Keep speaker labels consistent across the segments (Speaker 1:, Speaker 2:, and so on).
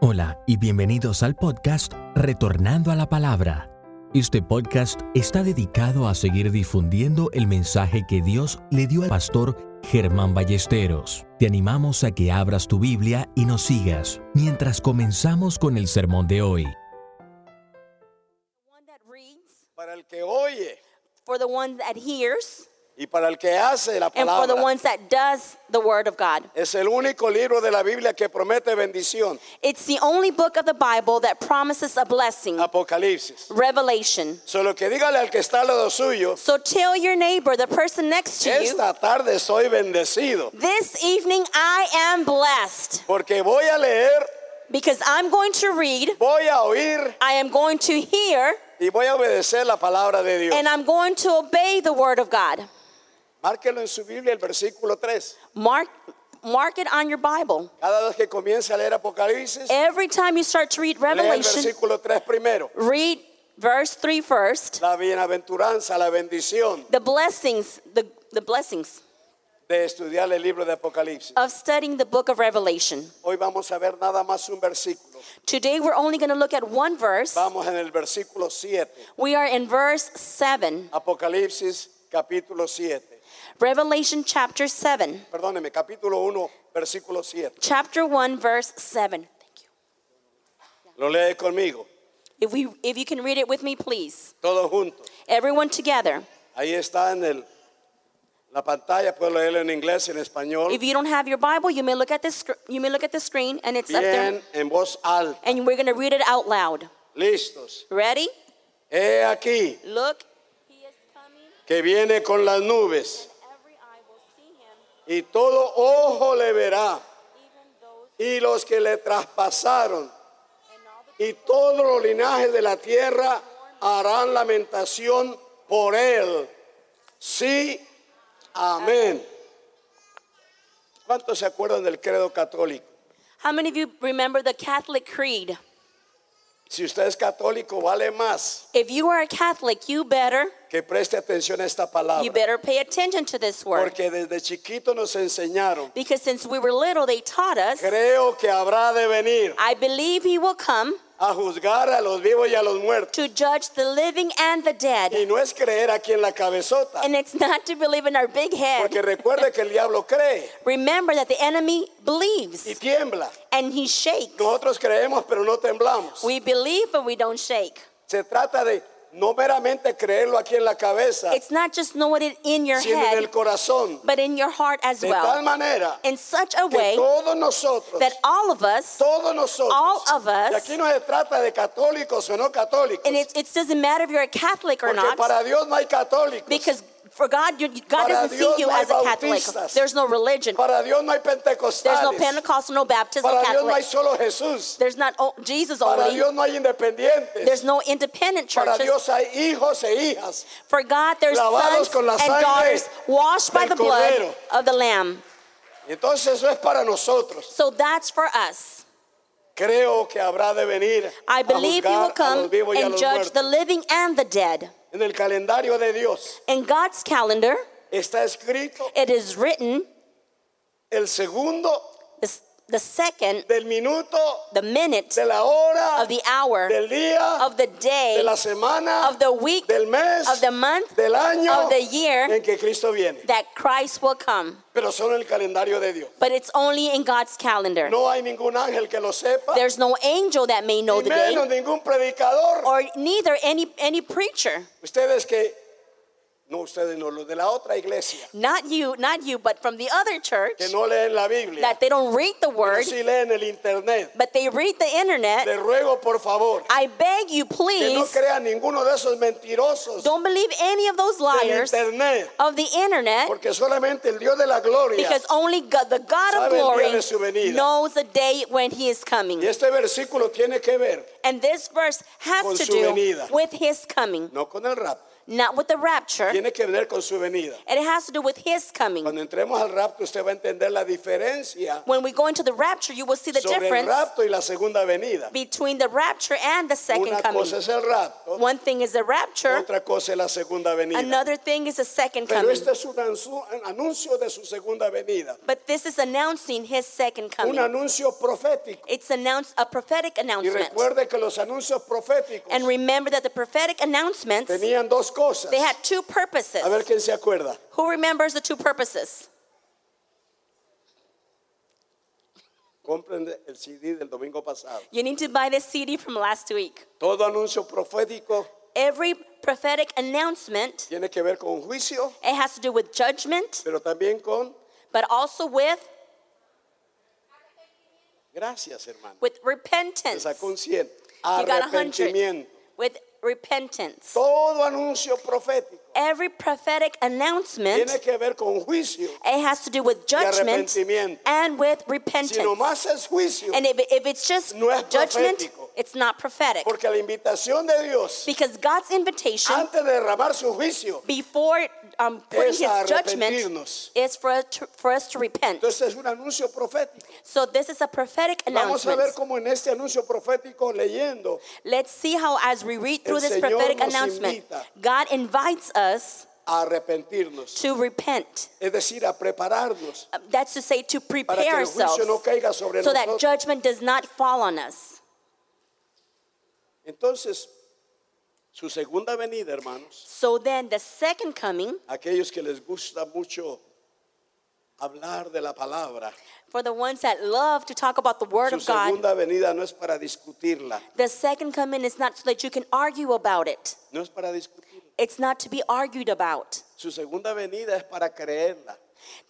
Speaker 1: Hola y bienvenidos al podcast Retornando a la Palabra. Este podcast está dedicado a seguir difundiendo el mensaje que Dios le dio al pastor Germán Ballesteros. Te animamos a que abras tu Biblia y nos sigas mientras comenzamos con el sermón de hoy.
Speaker 2: one that reads,
Speaker 3: para el que oye
Speaker 2: for the one that hears,
Speaker 3: y para el que hace la
Speaker 2: and for the
Speaker 3: palabra.
Speaker 2: ones that does the word of God.
Speaker 3: Es el único libro de la Biblia que promete bendición.
Speaker 2: It's the only book of the Bible that promises a blessing,
Speaker 3: Apocalipsis.
Speaker 2: revelation.
Speaker 3: Solo que dígale al que está al lado suyo,
Speaker 2: So tell your neighbor, the person next to you,
Speaker 3: esta tarde soy bendecido
Speaker 2: this evening I am blessed
Speaker 3: porque voy a leer,
Speaker 2: because I'm going to read,
Speaker 3: voy a oír
Speaker 2: I am going to hear,
Speaker 3: y voy a obedecer la palabra de Dios.
Speaker 2: and I'm going to obey the word of God.
Speaker 3: Márquelo en su Biblia el versículo 3.
Speaker 2: Mark mark it on your Bible.
Speaker 3: Cada vez que comience a leer Apocalipsis,
Speaker 2: Every time you start to read
Speaker 3: lea el
Speaker 2: Revelation,
Speaker 3: versículo 3 primero.
Speaker 2: read verse 3 first.
Speaker 3: La bienaventuranza, la bendición
Speaker 2: the blessings the, the blessings
Speaker 3: de estudiar el libro de Apocalipsis.
Speaker 2: of studying the book of revelation
Speaker 3: Hoy vamos a ver nada más un versículo.
Speaker 2: today we're only going to look at one verse
Speaker 3: Vamos en el versículo 7.
Speaker 2: we are in verse 7
Speaker 3: Apocalipsis capítulo 7.
Speaker 2: revelation chapter 7
Speaker 3: Perdóneme, capítulo 1, versículo 7.
Speaker 2: chapter 1 verse 7 thank you
Speaker 3: Lo lee conmigo,
Speaker 2: if we if you can read it with me please
Speaker 3: todos juntos.
Speaker 2: everyone together
Speaker 3: Ahí está en el, la pantalla, puedo leerlo en inglés y en español.
Speaker 2: if you don't have your bible you may look at this scr- you may look at the screen and it's up there
Speaker 3: Bien, en voz alta.
Speaker 2: and we're going to read it out loud
Speaker 3: Listos.
Speaker 2: ready
Speaker 3: He aquí
Speaker 2: look he is coming
Speaker 3: que viene con las nubes
Speaker 2: every eye will see him
Speaker 3: y todo ojo le verá
Speaker 2: even those
Speaker 3: y los que le traspasaron
Speaker 2: and all the
Speaker 3: y todos los linajes de la tierra harán lamentación por él. Sí, amén. ¿Cuántos se acuerdan del credo católico?
Speaker 2: How many of you remember the Catholic Creed?
Speaker 3: Si usted es católico, vale más
Speaker 2: If you are a Catholic, you better
Speaker 3: que preste atención a esta
Speaker 2: you
Speaker 3: palabra.
Speaker 2: better pay attention to this word.
Speaker 3: Porque desde chiquito nos enseñaron,
Speaker 2: Because since we were little, they taught us,
Speaker 3: creo que habrá de venir
Speaker 2: I believe he will come
Speaker 3: a juzgar a los vivos y a los muertos.
Speaker 2: to judge the living and the dead.
Speaker 3: Y no es creer aquí en la cabezota,
Speaker 2: And it's not to believe in our big head.
Speaker 3: porque recuerde que el diablo cree
Speaker 2: Remember that the enemy
Speaker 3: y
Speaker 2: believes
Speaker 3: tiembla.
Speaker 2: and he shakes.
Speaker 3: Nosotros creemos, pero no temblamos.
Speaker 2: We believe but we don't shake.
Speaker 3: Se trata de no meramente creerlo aquí en la cabeza,
Speaker 2: It's not just knowing it in your
Speaker 3: sino en el
Speaker 2: head,
Speaker 3: corazón.
Speaker 2: but in your heart as
Speaker 3: De tal
Speaker 2: well.
Speaker 3: manera
Speaker 2: In such a
Speaker 3: que
Speaker 2: way
Speaker 3: todos nosotros,
Speaker 2: that all of us,
Speaker 3: todos
Speaker 2: all
Speaker 3: nosotros,
Speaker 2: of
Speaker 3: y
Speaker 2: us,
Speaker 3: aquí no se trata de católicos o no católicos,
Speaker 2: And it, it doesn't matter if you're a Catholic or
Speaker 3: porque
Speaker 2: not,
Speaker 3: para Dios no hay católicos,
Speaker 2: because for God, you, God
Speaker 3: Para
Speaker 2: doesn't see
Speaker 3: Dios
Speaker 2: you
Speaker 3: no hay
Speaker 2: as a Catholic.
Speaker 3: bautistas.
Speaker 2: There's no religion.
Speaker 3: para Dios no hay
Speaker 2: There's no
Speaker 3: pentecostales,
Speaker 2: Pentecostal, no Baptist, no
Speaker 3: para Dios no hay
Speaker 2: Catholic.
Speaker 3: solo Jesús,
Speaker 2: There's not o- Jesus
Speaker 3: para
Speaker 2: only.
Speaker 3: Dios no hay independientes,
Speaker 2: There's no independent
Speaker 3: para
Speaker 2: churches.
Speaker 3: Dios hay hijos e hijas.
Speaker 2: For God, there's
Speaker 3: Lavados
Speaker 2: sons
Speaker 3: con la
Speaker 2: and
Speaker 3: sangre
Speaker 2: daughters washed by
Speaker 3: del
Speaker 2: the blood
Speaker 3: Cordero.
Speaker 2: of the Lamb.
Speaker 3: Entonces eso es para nosotros.
Speaker 2: So that's for us.
Speaker 3: Creo que habrá de venir
Speaker 2: I
Speaker 3: a
Speaker 2: believe He will
Speaker 3: juzgar a
Speaker 2: come
Speaker 3: los vivos y a
Speaker 2: and
Speaker 3: los
Speaker 2: judge
Speaker 3: muertos.
Speaker 2: the living and the dead.
Speaker 3: En el calendario de Dios
Speaker 2: In God's calendar,
Speaker 3: está escrito
Speaker 2: it is written
Speaker 3: el segundo
Speaker 2: the, s- the second,
Speaker 3: del minuto,
Speaker 2: the minute
Speaker 3: de la hora,
Speaker 2: of the hour.
Speaker 3: del día,
Speaker 2: of the day,
Speaker 3: de la semana,
Speaker 2: of the week,
Speaker 3: del mes,
Speaker 2: of the month,
Speaker 3: del año
Speaker 2: of the year
Speaker 3: en que Cristo viene.
Speaker 2: that Christ will come.
Speaker 3: Pero solo en el calendario de Dios.
Speaker 2: But it's only in God's calendar.
Speaker 3: No hay ningún ángel que lo sepa,
Speaker 2: There's no angel that may know
Speaker 3: ni
Speaker 2: the day,
Speaker 3: menos ningún predicador.
Speaker 2: or neither any any preacher.
Speaker 3: Ustedes que, no ustedes no, los de la otra iglesia,
Speaker 2: Not you, not you, but from the other church
Speaker 3: que no leen la Biblia,
Speaker 2: that they don't read the
Speaker 3: pero
Speaker 2: word,
Speaker 3: sí leen el internet.
Speaker 2: but they read the internet.
Speaker 3: Le ruego por favor
Speaker 2: I beg you,
Speaker 3: que no
Speaker 2: please,
Speaker 3: crean ninguno de esos mentirosos
Speaker 2: don't believe any of those
Speaker 3: del
Speaker 2: liars
Speaker 3: internet.
Speaker 2: of the internet,
Speaker 3: Porque solamente el Dios de la gloria.
Speaker 2: because only God, the God of
Speaker 3: Sabe el día de su
Speaker 2: glory
Speaker 3: venida.
Speaker 2: knows the day when He is coming.
Speaker 3: Y este versículo tiene que ver
Speaker 2: And this verse
Speaker 3: Con
Speaker 2: has to
Speaker 3: su
Speaker 2: do
Speaker 3: venida.
Speaker 2: with his coming,
Speaker 3: no con el rap,
Speaker 2: not with the rapture, and
Speaker 3: Tiene que ver con su venida.
Speaker 2: it has to do with his coming.
Speaker 3: Cuando entremos al rapto, usted va a entender la diferencia
Speaker 2: When we go into the rapture, you will see the
Speaker 3: sobre el
Speaker 2: difference
Speaker 3: rapto y la segunda venida.
Speaker 2: between the rapture and the second
Speaker 3: Una
Speaker 2: coming.
Speaker 3: cosa es el rapto,
Speaker 2: One thing is the rapture,
Speaker 3: otra cosa es la segunda venida.
Speaker 2: another thing is the second
Speaker 3: Pero
Speaker 2: coming.
Speaker 3: este es un ansu- un anuncio de su segunda venida,
Speaker 2: But this is announcing his second
Speaker 3: un
Speaker 2: coming.
Speaker 3: anuncio profético.
Speaker 2: It's announced a prophetic
Speaker 3: Y
Speaker 2: announcement.
Speaker 3: recuerde que los anuncios proféticos
Speaker 2: And remember that the prophetic announcements
Speaker 3: tenían dos cosas.
Speaker 2: they had two purposes.
Speaker 3: A ver quién se acuerda.
Speaker 2: Who remembers the two purposes?
Speaker 3: Compren el CD del domingo pasado.
Speaker 2: You need to buy this CD from last week.
Speaker 3: Todo anuncio profético
Speaker 2: Every prophetic announcement
Speaker 3: tiene que ver con juicio,
Speaker 2: it has to do with judgment,
Speaker 3: pero también con
Speaker 2: but also with
Speaker 3: gracias, hermano.
Speaker 2: with
Speaker 3: Se
Speaker 2: repentance.
Speaker 3: sacó un 100.
Speaker 2: You got a hundred
Speaker 3: Arrepentimiento.
Speaker 2: with repentance.
Speaker 3: Todo anuncio profético
Speaker 2: Every prophetic announcement
Speaker 3: tiene que ver con juicio.
Speaker 2: it has to do with judgment
Speaker 3: arrepentimiento.
Speaker 2: and with
Speaker 3: Si
Speaker 2: repentance.
Speaker 3: nomás es juicio,
Speaker 2: And if, if it's just
Speaker 3: No es
Speaker 2: judgment,
Speaker 3: profético.
Speaker 2: it's not prophetic.
Speaker 3: porque la invitación de Dios
Speaker 2: Because God's invitation
Speaker 3: antes de derramar su juicio,
Speaker 2: before um, putting
Speaker 3: Es
Speaker 2: his
Speaker 3: a
Speaker 2: judgment
Speaker 3: arrepentirnos.
Speaker 2: is for us, to, for us to repent.
Speaker 3: entonces es un anuncio profético.
Speaker 2: So this is a prophetic
Speaker 3: Vamos a
Speaker 2: announcement.
Speaker 3: ver cómo en este anuncio profético leyendo
Speaker 2: Let's see how as we read through
Speaker 3: El
Speaker 2: this
Speaker 3: Señor
Speaker 2: prophetic
Speaker 3: nos
Speaker 2: announcement,
Speaker 3: invita.
Speaker 2: God invites us
Speaker 3: a arrepentirnos,
Speaker 2: to repent.
Speaker 3: es decir, a prepararnos
Speaker 2: Uh, That's to say to
Speaker 3: para que
Speaker 2: prepare
Speaker 3: el
Speaker 2: ourselves
Speaker 3: juicio no caiga sobre
Speaker 2: so that
Speaker 3: nosotros.
Speaker 2: judgment does not fall on us.
Speaker 3: Entonces, su segunda venida, hermanos,
Speaker 2: So then the second coming,
Speaker 3: aquellos que les gusta mucho hablar de la palabra,
Speaker 2: for the ones that love to talk about the word
Speaker 3: su
Speaker 2: of God,
Speaker 3: segunda venida no es para discutirla,
Speaker 2: the second coming is not so that you can argue about it.
Speaker 3: no es para discutirla.
Speaker 2: It's not to be argued about.
Speaker 3: Su segunda venida es para creerla.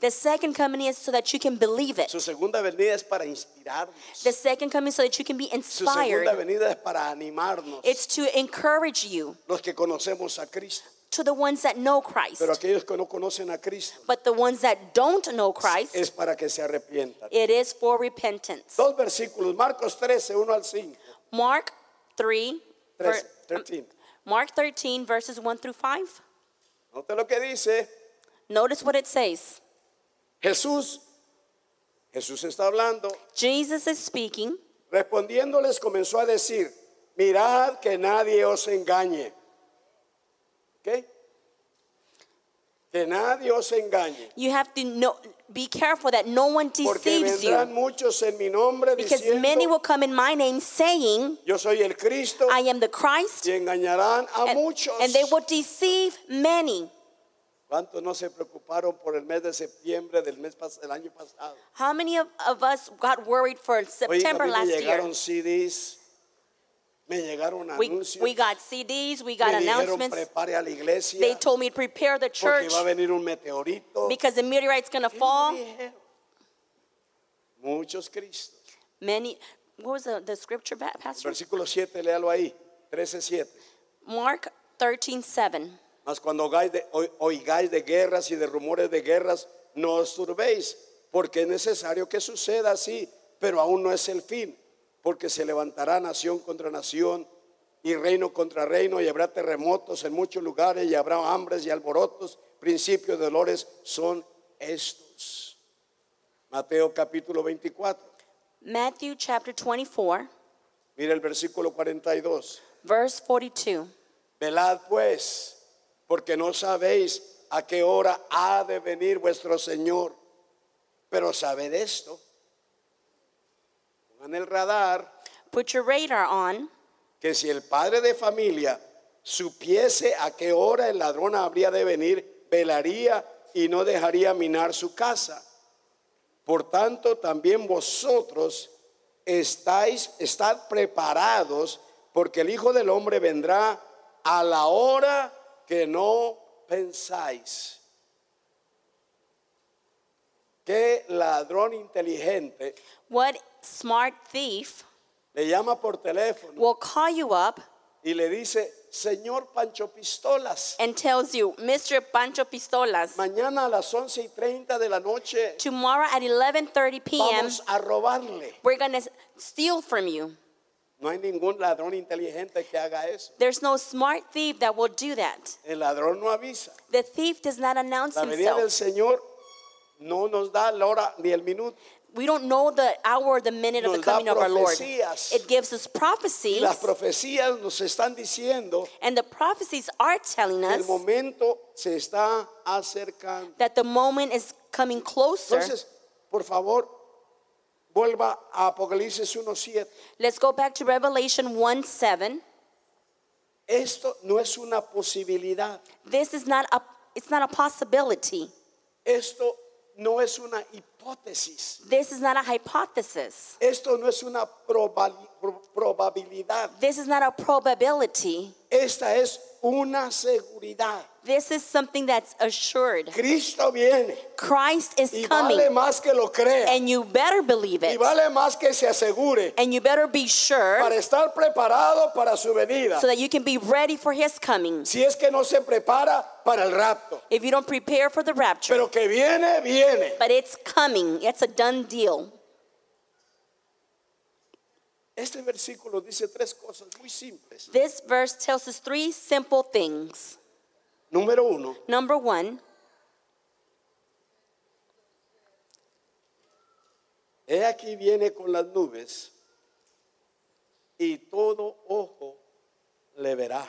Speaker 2: The second coming is so that you can believe it.
Speaker 3: Su segunda venida es para inspirarnos.
Speaker 2: The second coming is so that you can be
Speaker 3: Su segunda
Speaker 2: inspired.
Speaker 3: venida es para animarnos.
Speaker 2: It's to encourage you
Speaker 3: Los que conocemos a Cristo.
Speaker 2: to the ones that know Christ.
Speaker 3: Pero aquellos que no conocen a Cristo
Speaker 2: But the ones that don't know Christ,
Speaker 3: es para que se arrepientan.
Speaker 2: it is for repentance.
Speaker 3: Dos versículos, Marcos 13, 1 al 5.
Speaker 2: Mark 3, ver-
Speaker 3: 13, 13.
Speaker 2: Mark 13, verses 1 through 5.
Speaker 3: Note lo que dice.
Speaker 2: Notice what it says.
Speaker 3: Jesús, Jesús está hablando,
Speaker 2: Jesus is speaking.
Speaker 3: respondiéndoles comenzó a decir, mirad que nadie os engañe. ¿Ok? Que nadie os engañe.
Speaker 2: You have to know, be careful that no one
Speaker 3: Porque
Speaker 2: deceives
Speaker 3: vendrán
Speaker 2: you.
Speaker 3: muchos en mi nombre
Speaker 2: Because many will
Speaker 3: diciendo,
Speaker 2: come in my name saying,
Speaker 3: yo soy el Cristo
Speaker 2: I am the Christ.
Speaker 3: y engañarán a
Speaker 2: And,
Speaker 3: muchos.
Speaker 2: and they will deceive many.
Speaker 3: ¿Cuántos no se preocuparon por el mes de septiembre del mes pas- del año pasado?
Speaker 2: How many of, of us got worried for
Speaker 3: Oye, a
Speaker 2: September
Speaker 3: mí me
Speaker 2: last year?
Speaker 3: llegaron CDs, me llegaron
Speaker 2: We,
Speaker 3: anuncios,
Speaker 2: we got CDs, we got
Speaker 3: me dijeron
Speaker 2: announcements.
Speaker 3: prepare a la iglesia
Speaker 2: They told me to prepare the
Speaker 3: porque
Speaker 2: church
Speaker 3: va a venir un meteorito.
Speaker 2: because the meteorite's going to
Speaker 3: ¿Qué me
Speaker 2: fall.
Speaker 3: dijeron? Muchos cristos.
Speaker 2: Many, what was the, the scripture, pa- Pastor?
Speaker 3: Versículo 7, léalo ahí, 13, 7.
Speaker 2: Mark 13, 7.
Speaker 3: Mas cuando oigáis de, oi- oigáis de guerras y de rumores de guerras, no os turbéis, porque es necesario que suceda así, pero aún no es el fin, porque se levantará nación contra nación y reino contra reino, y habrá terremotos en muchos lugares, y habrá hambres y alborotos, principios de dolores son estos. Mateo capítulo 24,
Speaker 2: Matthew chapter 24,
Speaker 3: mira el versículo 42.
Speaker 2: verse 42.
Speaker 3: Velad pues, porque no sabéis a qué hora ha de venir vuestro Señor. Pero sabed esto. Pongan el radar
Speaker 2: Put your radar on.
Speaker 3: que si el padre de familia supiese a qué hora el ladrón habría de venir, velaría y no dejaría minar su casa. Por tanto, también vosotros estáis, estad preparados, porque el Hijo del Hombre vendrá a la hora que no pensáis. Qué ladrón inteligente
Speaker 2: What smart thief
Speaker 3: le llama por teléfono
Speaker 2: will call you up
Speaker 3: y le dice, Señor Pancho Pistolas,
Speaker 2: and tells you, Mr. Pancho Pistolas,
Speaker 3: mañana a las 11 y 30 de la noche
Speaker 2: tomorrow at 11.30 p.m.,
Speaker 3: vamos a robarle.
Speaker 2: we're going to steal from you.
Speaker 3: No hay ningún ladrón inteligente que haga eso.
Speaker 2: There's no smart thief that will do that.
Speaker 3: El ladrón no avisa.
Speaker 2: The thief does not announce
Speaker 3: La venida del
Speaker 2: himself.
Speaker 3: Señor no nos da la hora ni el minuto.
Speaker 2: We don't know the hour or the minute of the
Speaker 3: Nos da
Speaker 2: coming of our Lord.
Speaker 3: profecías.
Speaker 2: It gives us
Speaker 3: Y
Speaker 2: prophecies,
Speaker 3: las profecías nos están diciendo
Speaker 2: and the prophecies are telling
Speaker 3: que el
Speaker 2: us
Speaker 3: momento se está acercando.
Speaker 2: that the moment is coming closer.
Speaker 3: Entonces, por favor, vuelva a Apocalipsis 1.7.
Speaker 2: Let's go back to Revelation 1 7.
Speaker 3: Esto no es una posibilidad.
Speaker 2: This is not a it's not a possibility.
Speaker 3: Esto no es una hipótesis.
Speaker 2: This is not a hypothesis.
Speaker 3: Esto no es una probali- pro- probabilidad.
Speaker 2: This is not a probability.
Speaker 3: Esta es una seguridad.
Speaker 2: This is something that's assured.
Speaker 3: Cristo viene
Speaker 2: Christ is
Speaker 3: y
Speaker 2: coming,
Speaker 3: vale más que lo crea
Speaker 2: and you better believe
Speaker 3: y
Speaker 2: it,
Speaker 3: vale más que se asegure
Speaker 2: and you better be sure
Speaker 3: para estar preparado para su venida.
Speaker 2: so that you can be ready for His coming.
Speaker 3: Si es que no se prepara para el rapto,
Speaker 2: If you don't prepare for the rapture,
Speaker 3: pero que viene, viene.
Speaker 2: but it's coming, it's a done deal.
Speaker 3: Este versículo dice tres cosas muy simples.
Speaker 2: This verse tells us three simple things.
Speaker 3: Número uno,
Speaker 2: Number one,
Speaker 3: he aquí viene con las nubes y todo ojo le verá.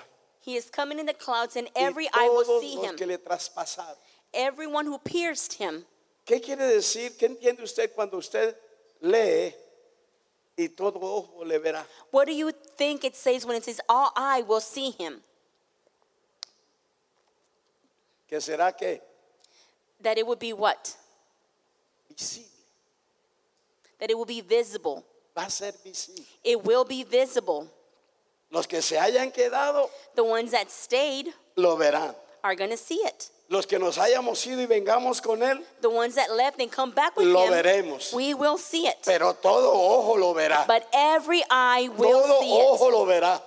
Speaker 2: He is coming in the clouds, and
Speaker 3: Y
Speaker 2: every eye will
Speaker 3: todos
Speaker 2: see
Speaker 3: los
Speaker 2: Him.
Speaker 3: que le traspasaron.
Speaker 2: Everyone who pierced Him.
Speaker 3: ¿Qué quiere decir? ¿Qué entiende usted cuando usted lee y todo ojo le verá?
Speaker 2: What do you think it says when it says, All eye will see Him?
Speaker 3: ¿Qué será que
Speaker 2: That it would be what?
Speaker 3: visible?
Speaker 2: That it will be visible.
Speaker 3: Va a ser visible.
Speaker 2: It will be visible.
Speaker 3: Los que se hayan quedado
Speaker 2: The ones that stayed
Speaker 3: lo verán.
Speaker 2: are going to see it.
Speaker 3: Los que nos hayamos ido y vengamos con él,
Speaker 2: The ones that left and come back with
Speaker 3: Lo
Speaker 2: Him,
Speaker 3: veremos.
Speaker 2: we will see it.
Speaker 3: pero todo ojo lo verá.
Speaker 2: But every eye will
Speaker 3: Todo
Speaker 2: see it.
Speaker 3: ojo lo verá.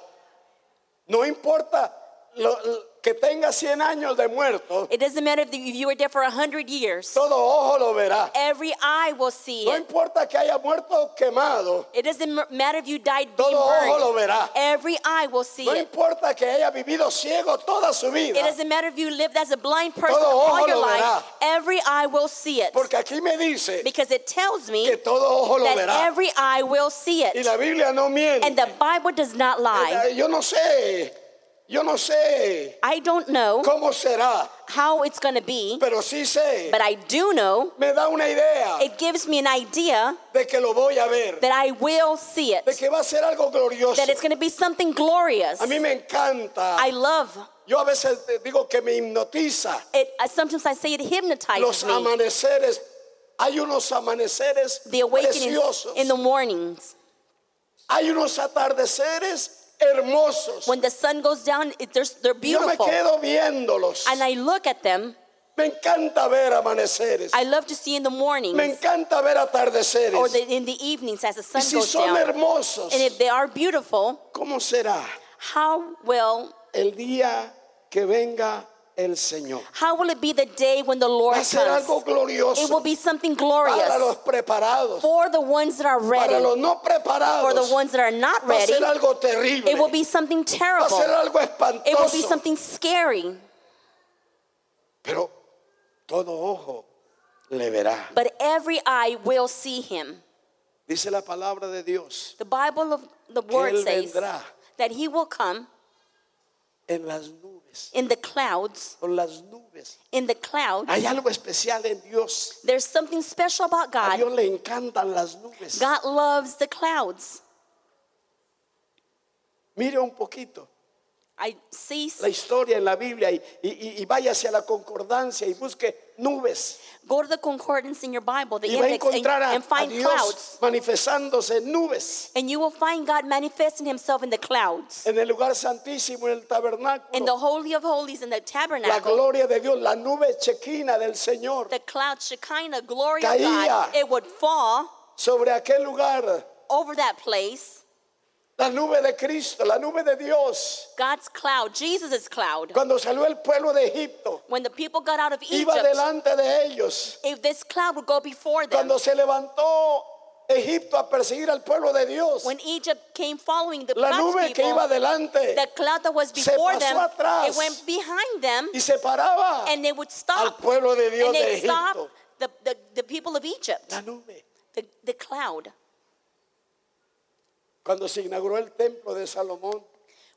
Speaker 3: No importa lo- lo- que tenga 100 años de muerto,
Speaker 2: It doesn't matter if you were there for 100 years,
Speaker 3: todo ojo lo verá.
Speaker 2: every eye will see
Speaker 3: No
Speaker 2: it.
Speaker 3: importa que haya muerto o quemado,
Speaker 2: It doesn't m- matter if you died being
Speaker 3: todo ojo
Speaker 2: burned.
Speaker 3: lo verá.
Speaker 2: Every eye will see
Speaker 3: No
Speaker 2: it.
Speaker 3: importa que haya vivido ciego toda su vida,
Speaker 2: It doesn't matter if you lived as a blind person
Speaker 3: Todo ojo
Speaker 2: all your
Speaker 3: lo
Speaker 2: life.
Speaker 3: verá.
Speaker 2: Every eye will see it.
Speaker 3: porque aquí me dice
Speaker 2: Because it tells me
Speaker 3: que todo ojo lo
Speaker 2: that
Speaker 3: verá.
Speaker 2: every eye will see
Speaker 3: Y
Speaker 2: it.
Speaker 3: la Biblia no
Speaker 2: And
Speaker 3: miente. Eh,
Speaker 2: the Bible does not lie.
Speaker 3: Yo no sé, yo no sé
Speaker 2: I don't know
Speaker 3: cómo será,
Speaker 2: how it's going to be,
Speaker 3: pero sí sé,
Speaker 2: but I do know
Speaker 3: me da una idea
Speaker 2: it gives me an idea
Speaker 3: de que lo voy a ver,
Speaker 2: that I will see it.
Speaker 3: de que va a ser algo glorioso.
Speaker 2: That it's going to be something glorious.
Speaker 3: A mí me encanta.
Speaker 2: I love
Speaker 3: Yo a veces te digo que me hipnotiza
Speaker 2: it. uh, Sometimes I say it hypnotizes
Speaker 3: los
Speaker 2: me.
Speaker 3: amaneceres. Hay unos amaneceres
Speaker 2: The awakenings
Speaker 3: preciosos.
Speaker 2: in the mornings.
Speaker 3: Hay unos atardeceres hermosos.
Speaker 2: When the sun goes down, it, they're, they're
Speaker 3: Yo me
Speaker 2: beautiful.
Speaker 3: quedo viéndolos.
Speaker 2: And I look at them.
Speaker 3: Me encanta ver amaneceres.
Speaker 2: I love to see in the
Speaker 3: Me
Speaker 2: mornings
Speaker 3: encanta ver atardeceres.
Speaker 2: or the, in the evenings as the
Speaker 3: Y
Speaker 2: sun
Speaker 3: si
Speaker 2: goes
Speaker 3: son
Speaker 2: down.
Speaker 3: hermosos,
Speaker 2: And if they are beautiful,
Speaker 3: ¿cómo será
Speaker 2: how will
Speaker 3: el día que venga el Señor?
Speaker 2: how will it be the day when the Lord
Speaker 3: Va a
Speaker 2: comes?
Speaker 3: ser algo
Speaker 2: It will
Speaker 3: glorioso
Speaker 2: be something
Speaker 3: para los
Speaker 2: glorious
Speaker 3: preparados.
Speaker 2: for the ones that are
Speaker 3: Para
Speaker 2: ready,
Speaker 3: los no
Speaker 2: for the
Speaker 3: preparados,
Speaker 2: ones that are not
Speaker 3: va a
Speaker 2: ready.
Speaker 3: ser algo terrible.
Speaker 2: It will be something
Speaker 3: va a ser
Speaker 2: terrible.
Speaker 3: algo
Speaker 2: It will be
Speaker 3: espantoso.
Speaker 2: something scary.
Speaker 3: Pero todo ojo le verá.
Speaker 2: But every eye will see Him.
Speaker 3: Dice la palabra de Dios
Speaker 2: The Bible of the Word
Speaker 3: Él
Speaker 2: says
Speaker 3: vendrá.
Speaker 2: that He will come
Speaker 3: en las nubes.
Speaker 2: in the clouds.
Speaker 3: Con las nubes.
Speaker 2: In the clouds,
Speaker 3: Hay algo especial en Dios.
Speaker 2: there's something special about
Speaker 3: A
Speaker 2: God.
Speaker 3: Dios le encantan las nubes.
Speaker 2: God loves the clouds.
Speaker 3: Mire un poquito
Speaker 2: I see.
Speaker 3: la historia en la Biblia y, y- y- y vaya hacia la concordancia y busque nubes.
Speaker 2: Go to the concordance in your Bible, the
Speaker 3: Y va a
Speaker 2: index, and,
Speaker 3: encontrar a,
Speaker 2: and
Speaker 3: a
Speaker 2: find
Speaker 3: Dios
Speaker 2: clouds.
Speaker 3: manifestándose en nubes.
Speaker 2: And you will find God manifesting Himself in the clouds,
Speaker 3: En el lugar santísimo, en el
Speaker 2: in the
Speaker 3: tabernáculo.
Speaker 2: Holy of Holies, in the
Speaker 3: La
Speaker 2: tabernacle.
Speaker 3: gloria de Dios, la nube chequina del Señor.
Speaker 2: The cloud, Shekinah, glory of
Speaker 3: Caía.
Speaker 2: God, it would fall
Speaker 3: sobre aquel lugar,
Speaker 2: over that place.
Speaker 3: la nube de Cristo, la nube de Dios.
Speaker 2: God's cloud, Jesus' cloud.
Speaker 3: Cuando salió el pueblo de Egipto,
Speaker 2: When the people got out of
Speaker 3: iba
Speaker 2: Egypt,
Speaker 3: delante de ellos.
Speaker 2: if this cloud would go before them,
Speaker 3: Cuando se levantó Egipto a perseguir al pueblo de Dios.
Speaker 2: When Egypt came following the
Speaker 3: La
Speaker 2: God's
Speaker 3: nube que
Speaker 2: people,
Speaker 3: iba adelante
Speaker 2: the cloud that was
Speaker 3: se
Speaker 2: before
Speaker 3: pasó
Speaker 2: them,
Speaker 3: atrás.
Speaker 2: it went behind them,
Speaker 3: y se paraba
Speaker 2: and they would
Speaker 3: al
Speaker 2: stop.
Speaker 3: pueblo de Dios
Speaker 2: and
Speaker 3: de
Speaker 2: they stopped
Speaker 3: Egipto.
Speaker 2: the, the, the people of Egypt,
Speaker 3: La nube.
Speaker 2: the, the cloud.
Speaker 3: Cuando se inauguró el templo de Salomón,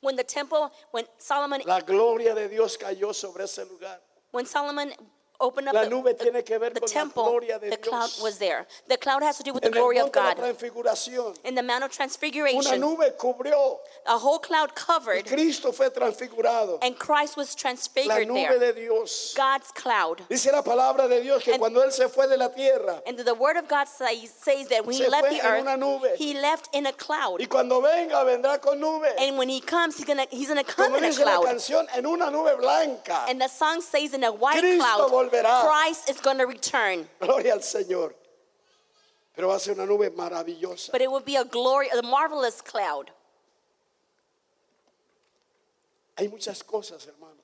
Speaker 2: When the temple, when Solomon,
Speaker 3: la gloria de Dios cayó sobre ese lugar.
Speaker 2: when Solomon opened up
Speaker 3: La
Speaker 2: the-
Speaker 3: nube
Speaker 2: the,
Speaker 3: tiene que ver
Speaker 2: the
Speaker 3: con la
Speaker 2: temple,
Speaker 3: gloria de
Speaker 2: the cloud
Speaker 3: Dios.
Speaker 2: was there. The cloud has to do with the
Speaker 3: En el
Speaker 2: glory
Speaker 3: monte
Speaker 2: of
Speaker 3: de la
Speaker 2: God.
Speaker 3: transfiguración,
Speaker 2: In the Mount of
Speaker 3: una
Speaker 2: Transfiguration,
Speaker 3: nube cubrió
Speaker 2: a whole cloud
Speaker 3: y
Speaker 2: covered,
Speaker 3: Cristo fue transfigurado.
Speaker 2: and Christ was
Speaker 3: La
Speaker 2: transfigured
Speaker 3: nube
Speaker 2: there.
Speaker 3: de Dios.
Speaker 2: God's cloud.
Speaker 3: Dice la palabra de Dios que
Speaker 2: And-
Speaker 3: cuando él se fue de la tierra
Speaker 2: And the word of God says, says that when
Speaker 3: Se
Speaker 2: he left
Speaker 3: fue
Speaker 2: the
Speaker 3: en una nube.
Speaker 2: earth, he left in a cloud.
Speaker 3: y cuando venga vendrá con nube.
Speaker 2: And when he comes, he's gonna he's gonna come
Speaker 3: Como
Speaker 2: in a
Speaker 3: dice la
Speaker 2: cloud.
Speaker 3: canción, en una nube blanca.
Speaker 2: And the song says, in a white
Speaker 3: Cristo
Speaker 2: cloud,
Speaker 3: volverá.
Speaker 2: Christ is gonna return.
Speaker 3: Gloria al Señor. Pero va a ser una nube maravillosa.
Speaker 2: But it will be a glory, a marvelous cloud.
Speaker 3: Hay muchas cosas, hermano.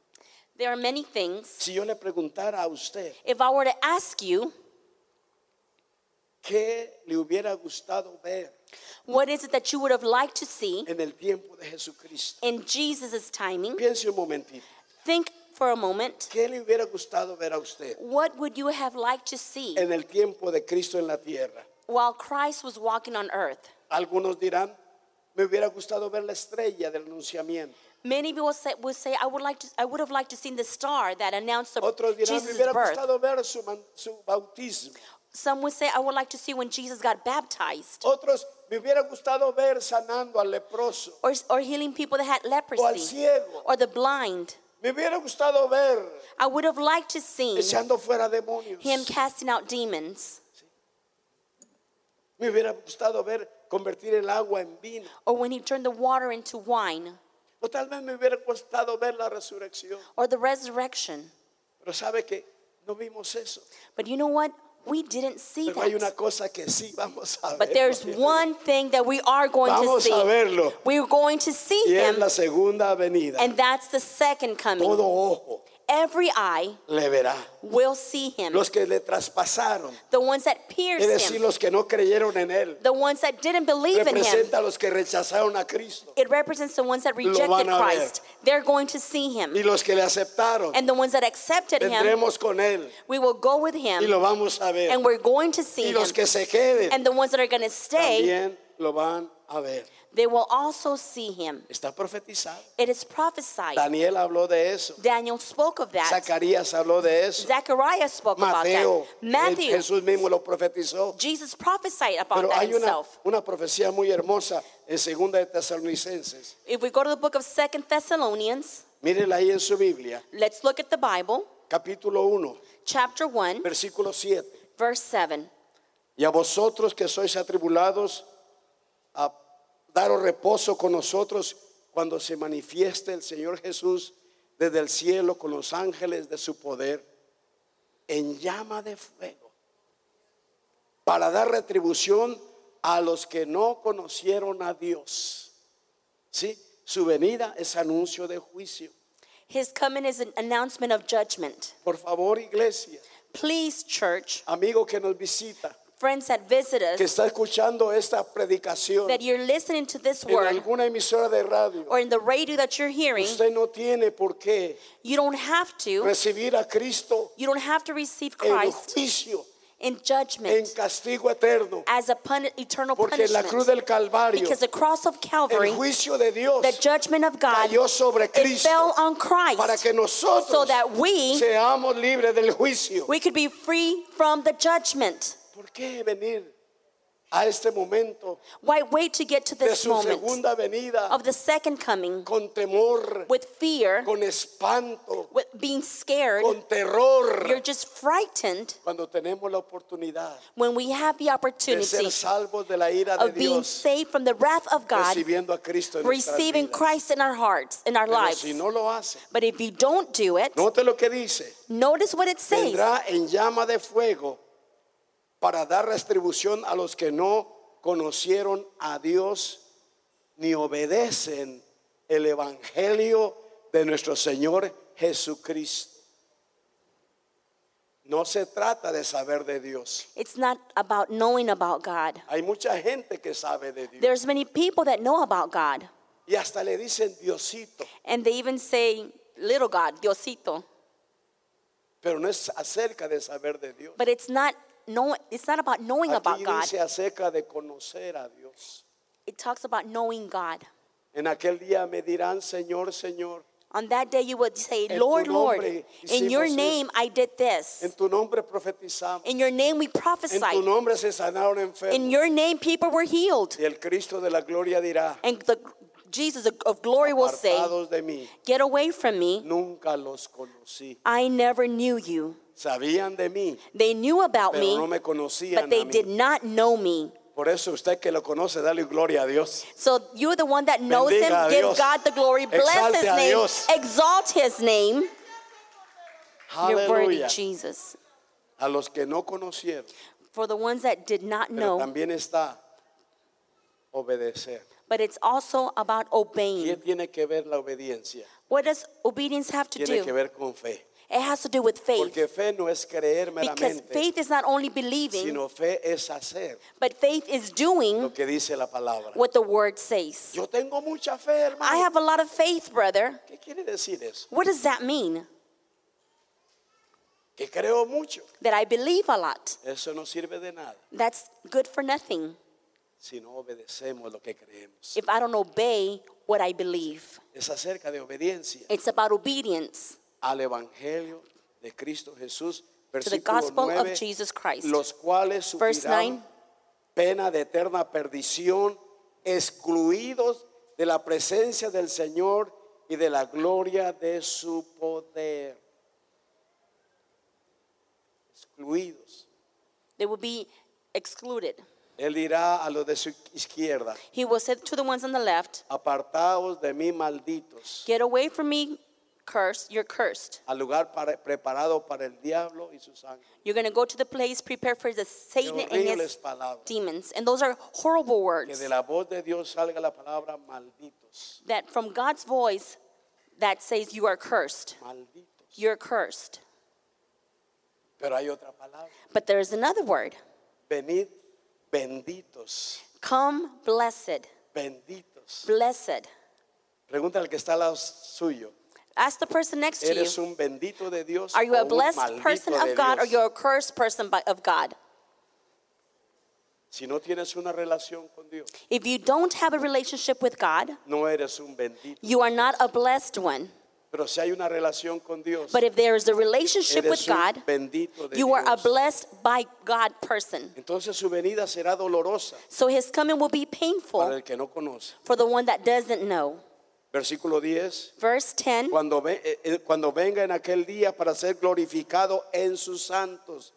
Speaker 2: There are many things.
Speaker 3: Si yo le preguntara a usted,
Speaker 2: If I were to ask you,
Speaker 3: ¿qué le hubiera gustado ver
Speaker 2: what is it that you would have liked to see
Speaker 3: en el tiempo de Jesucristo?
Speaker 2: in Jesus' timing?
Speaker 3: Piense un momentito.
Speaker 2: Think for a moment.
Speaker 3: ¿Qué le hubiera gustado ver a usted
Speaker 2: What would you have liked to see
Speaker 3: en el tiempo de Cristo en la tierra?
Speaker 2: while Christ was walking on earth?
Speaker 3: Algunos dirán, me hubiera gustado ver la estrella del anunciamiento.
Speaker 2: Many people say, would say, I would like to, I would have liked to seen the star that announced the,
Speaker 3: Otros dirán, me
Speaker 2: Jesus'
Speaker 3: hubiera
Speaker 2: birth.
Speaker 3: gustado ver su, man- su bautismo.
Speaker 2: Some would say, I would like to see when Jesus got baptized,
Speaker 3: Otros, me hubiera gustado ver sanando al leproso.
Speaker 2: or, or healing people that had leprosy,
Speaker 3: ciego.
Speaker 2: or the blind.
Speaker 3: Me hubiera gustado ver
Speaker 2: I would have liked to see
Speaker 3: echando fuera demonios.
Speaker 2: him casting out demons,
Speaker 3: Me hubiera gustado ver convertir el agua en vino.
Speaker 2: or when he turned the water into wine,
Speaker 3: O tal vez me hubiera gustado ver la resurrección.
Speaker 2: or the resurrection.
Speaker 3: Pero sabe que no vimos eso.
Speaker 2: But you know what? We didn't see
Speaker 3: Pero hay una
Speaker 2: that.
Speaker 3: cosa que sí vamos a ver.
Speaker 2: But there's one thing that we are going
Speaker 3: Vamos
Speaker 2: to
Speaker 3: a
Speaker 2: see.
Speaker 3: verlo.
Speaker 2: We're going to see
Speaker 3: Y es
Speaker 2: him,
Speaker 3: la segunda venida.
Speaker 2: and that's the second coming.
Speaker 3: Todo ojo
Speaker 2: Every eye
Speaker 3: le verá.
Speaker 2: will see him.
Speaker 3: Los que le traspasaron,
Speaker 2: The ones that pierced
Speaker 3: es decir,
Speaker 2: him.
Speaker 3: los que no creyeron en él,
Speaker 2: The ones that didn't believe in him.
Speaker 3: representa a los que rechazaron a Cristo.
Speaker 2: It represents the ones that
Speaker 3: van
Speaker 2: rejected
Speaker 3: a ver.
Speaker 2: Christ. They're going to see him.
Speaker 3: Y los que le aceptaron,
Speaker 2: And the ones that accepted him,
Speaker 3: vendremos con él
Speaker 2: we will go with
Speaker 3: y
Speaker 2: him
Speaker 3: lo vamos a ver.
Speaker 2: and we're going to see
Speaker 3: Y
Speaker 2: him.
Speaker 3: los que se queden
Speaker 2: And the ones that are going to stay,
Speaker 3: también lo van a ver.
Speaker 2: they will also see him.
Speaker 3: Está profetizado.
Speaker 2: It is prophesied.
Speaker 3: Daniel habló de eso.
Speaker 2: Daniel spoke of that.
Speaker 3: Zacarías habló de eso.
Speaker 2: Zachariah spoke about
Speaker 3: Mateo,
Speaker 2: that.
Speaker 3: el-
Speaker 2: Matthew,
Speaker 3: Jesús mismo lo profetizó.
Speaker 2: Jesus prophesied about
Speaker 3: Pero
Speaker 2: that
Speaker 3: hay una,
Speaker 2: himself.
Speaker 3: una profecía muy hermosa en segunda de Tesalonicenses.
Speaker 2: If we go to the book of Second Thessalonians,
Speaker 3: Mírela ahí en su Biblia,
Speaker 2: let's look at the Bible,
Speaker 3: capítulo 1,
Speaker 2: chapter 1,
Speaker 3: versículo 7.
Speaker 2: verse 7.
Speaker 3: Y a vosotros que sois atribulados, a daros reposo con nosotros cuando se manifieste el Señor Jesús desde el cielo con los ángeles de su poder en llama de fuego para dar retribución a los que no conocieron a Dios. ¿Sí? Su venida es anuncio de juicio.
Speaker 2: His coming is an announcement of judgment.
Speaker 3: Por favor, iglesia,
Speaker 2: Please, church,
Speaker 3: amigo que nos visita,
Speaker 2: friends that visit
Speaker 3: que
Speaker 2: us,
Speaker 3: está escuchando esta predicación
Speaker 2: that you're listening to this
Speaker 3: en
Speaker 2: word
Speaker 3: alguna emisora de radio,
Speaker 2: or in the radio that you're hearing,
Speaker 3: usted no tiene por qué
Speaker 2: you don't have to.
Speaker 3: recibir a Cristo
Speaker 2: You don't have to receive
Speaker 3: en
Speaker 2: Christ
Speaker 3: juicio,
Speaker 2: in
Speaker 3: en
Speaker 2: judgment
Speaker 3: castigo eterno,
Speaker 2: as a pun- eternal
Speaker 3: porque en la cruz
Speaker 2: punishment.
Speaker 3: del Calvario,
Speaker 2: Because the cross of
Speaker 3: el
Speaker 2: Calvary,
Speaker 3: juicio de Dios
Speaker 2: the judgment of God,
Speaker 3: cayó sobre
Speaker 2: it fell
Speaker 3: Cristo
Speaker 2: on
Speaker 3: para
Speaker 2: Christ
Speaker 3: que
Speaker 2: so
Speaker 3: nosotros
Speaker 2: that we,
Speaker 3: seamos libres del juicio.
Speaker 2: we could be free from the judgment.
Speaker 3: ¿Por qué venir a este momento
Speaker 2: Why wait to get to
Speaker 3: de
Speaker 2: this
Speaker 3: su
Speaker 2: moment
Speaker 3: segunda venida
Speaker 2: of the second coming
Speaker 3: con temor,
Speaker 2: with fear,
Speaker 3: con espanto,
Speaker 2: with being scared?
Speaker 3: con terror?
Speaker 2: You're just frightened
Speaker 3: cuando tenemos la oportunidad
Speaker 2: when we have the
Speaker 3: de
Speaker 2: opportunity
Speaker 3: ser salvos de la ira de
Speaker 2: of being
Speaker 3: Dios,
Speaker 2: saved from the wrath of God,
Speaker 3: recibiendo a Cristo en nuestras
Speaker 2: receiving
Speaker 3: vidas.
Speaker 2: Christ in our hearts, in our
Speaker 3: Pero
Speaker 2: lives.
Speaker 3: si no lo hace,
Speaker 2: But if you don't do it,
Speaker 3: note lo que dice,
Speaker 2: notice what it says.
Speaker 3: vendrá en llama de fuego para dar restribución a los que no conocieron a Dios ni obedecen el evangelio de nuestro Señor Jesucristo. No se trata de saber de Dios.
Speaker 2: It's not about knowing about God.
Speaker 3: Hay mucha gente que sabe de Dios.
Speaker 2: There's many people that know about God,
Speaker 3: Y hasta le dicen Diosito.
Speaker 2: and they even say little God, Diosito.
Speaker 3: Pero no es acerca de saber de Dios.
Speaker 2: But it's not know, it's not about knowing about
Speaker 3: Aquí
Speaker 2: God.
Speaker 3: dice acerca de conocer a Dios.
Speaker 2: It talks about knowing God.
Speaker 3: En aquel día me dirán, Señor, Señor,
Speaker 2: On that day you would say,
Speaker 3: En tu
Speaker 2: Lord, Lord,
Speaker 3: nombre
Speaker 2: in your
Speaker 3: hicimos
Speaker 2: name I did
Speaker 3: en
Speaker 2: this.
Speaker 3: tu nombre profetizamos.
Speaker 2: In your name we
Speaker 3: En tu
Speaker 2: prophesied.
Speaker 3: nombre se sanaron
Speaker 2: In
Speaker 3: enfermos.
Speaker 2: your name people were healed.
Speaker 3: Y el Cristo de la gloria dirá,
Speaker 2: And the Jesus of glory will say,
Speaker 3: apartados de mí,
Speaker 2: Get away from me.
Speaker 3: nunca los conocí.
Speaker 2: I never knew you.
Speaker 3: Sabían de mí,
Speaker 2: They knew about
Speaker 3: pero no
Speaker 2: me,
Speaker 3: me conocían
Speaker 2: but
Speaker 3: a
Speaker 2: they
Speaker 3: mí.
Speaker 2: did not know me.
Speaker 3: Por eso usted que lo conoce, dale gloria a Dios.
Speaker 2: So you're the one that knows
Speaker 3: Bendiga
Speaker 2: him.
Speaker 3: a
Speaker 2: Give
Speaker 3: Dios.
Speaker 2: God the glory. Bless
Speaker 3: Exalte
Speaker 2: his
Speaker 3: a
Speaker 2: name.
Speaker 3: Dios.
Speaker 2: Exalt his name. You're worthy,
Speaker 3: Aleluya.
Speaker 2: Jesus.
Speaker 3: A los que no conocieron,
Speaker 2: For the ones that did not
Speaker 3: pero
Speaker 2: know,
Speaker 3: también está obedecer.
Speaker 2: but it's also about
Speaker 3: ¿Qué
Speaker 2: obeying.
Speaker 3: tiene que ver la obediencia?
Speaker 2: What does obedience have to
Speaker 3: Tiene que
Speaker 2: do?
Speaker 3: ver con fe.
Speaker 2: It has to do with faith.
Speaker 3: Porque fe no es creer
Speaker 2: Because
Speaker 3: meramente,
Speaker 2: faith is not only believing,
Speaker 3: sino fe es hacer
Speaker 2: but faith is doing
Speaker 3: lo que dice la palabra.
Speaker 2: what the word says.
Speaker 3: Yo tengo mucha fe,
Speaker 2: I
Speaker 3: hermano.
Speaker 2: have a lot of faith, brother.
Speaker 3: ¿Qué quiere decir eso?
Speaker 2: What does that mean?
Speaker 3: Que creo mucho.
Speaker 2: That I believe a lot.
Speaker 3: Eso no sirve de nada
Speaker 2: That's good for nothing
Speaker 3: si no obedecemos lo que creemos.
Speaker 2: if I don't obey what I believe.
Speaker 3: Es acerca de obediencia
Speaker 2: It's about obedience
Speaker 3: al Evangelio de Cristo Jesús,
Speaker 2: to the
Speaker 3: versículo
Speaker 2: gospel of
Speaker 3: 9,
Speaker 2: Jesus Christ.
Speaker 3: los cuales
Speaker 2: Verse
Speaker 3: sufrirán
Speaker 2: 9.
Speaker 3: pena de eterna perdición, excluidos de la presencia del Señor y de la gloria de su poder. Excluidos.
Speaker 2: They will be excluded.
Speaker 3: Él dirá a los de su izquierda,
Speaker 2: He will say to the ones on the left,
Speaker 3: apartaos de mí malditos,
Speaker 2: Get away from me, curse, you're cursed.
Speaker 3: al lugar para- preparado para el diablo y sus ángeles.
Speaker 2: You're going to go to the place prepared for the
Speaker 3: Qué
Speaker 2: Satan and
Speaker 3: horribles
Speaker 2: his
Speaker 3: palabras.
Speaker 2: demons. And those are horrible
Speaker 3: Que
Speaker 2: words
Speaker 3: de la voz de Dios salga la palabra malditos,
Speaker 2: that from God's voice that says you are cursed.
Speaker 3: malditos.
Speaker 2: You're cursed.
Speaker 3: Pero hay otra palabra.
Speaker 2: But there is another word.
Speaker 3: Venid benditos,
Speaker 2: Come blessed.
Speaker 3: benditos.
Speaker 2: Blessed.
Speaker 3: Pregunta al que está al lado suyo.
Speaker 2: Ask the person next to you.
Speaker 3: ¿Eres un bendito de Dios
Speaker 2: Are you
Speaker 3: o
Speaker 2: a
Speaker 3: un
Speaker 2: blessed
Speaker 3: maldito
Speaker 2: person
Speaker 3: de
Speaker 2: of God or
Speaker 3: Dios?
Speaker 2: you're a cursed person by, of God?
Speaker 3: Si no tienes una relación con Dios,
Speaker 2: If you don't have a relationship with God,
Speaker 3: no eres un bendito.
Speaker 2: you are not a blessed one.
Speaker 3: Pero si hay una relación con Dios,
Speaker 2: But if there is a relationship
Speaker 3: eres
Speaker 2: with
Speaker 3: un
Speaker 2: God,
Speaker 3: bendito de
Speaker 2: you
Speaker 3: Dios.
Speaker 2: are a blessed by God person.
Speaker 3: Entonces su venida será dolorosa
Speaker 2: So his coming will be
Speaker 3: para
Speaker 2: painful
Speaker 3: el que no conoce.
Speaker 2: for the one that doesn't know.
Speaker 3: Versículo 10.
Speaker 2: Verse 10
Speaker 3: Cuando, ve- eh, eh, cuando venga en aquel día para ser glorificado en sus santos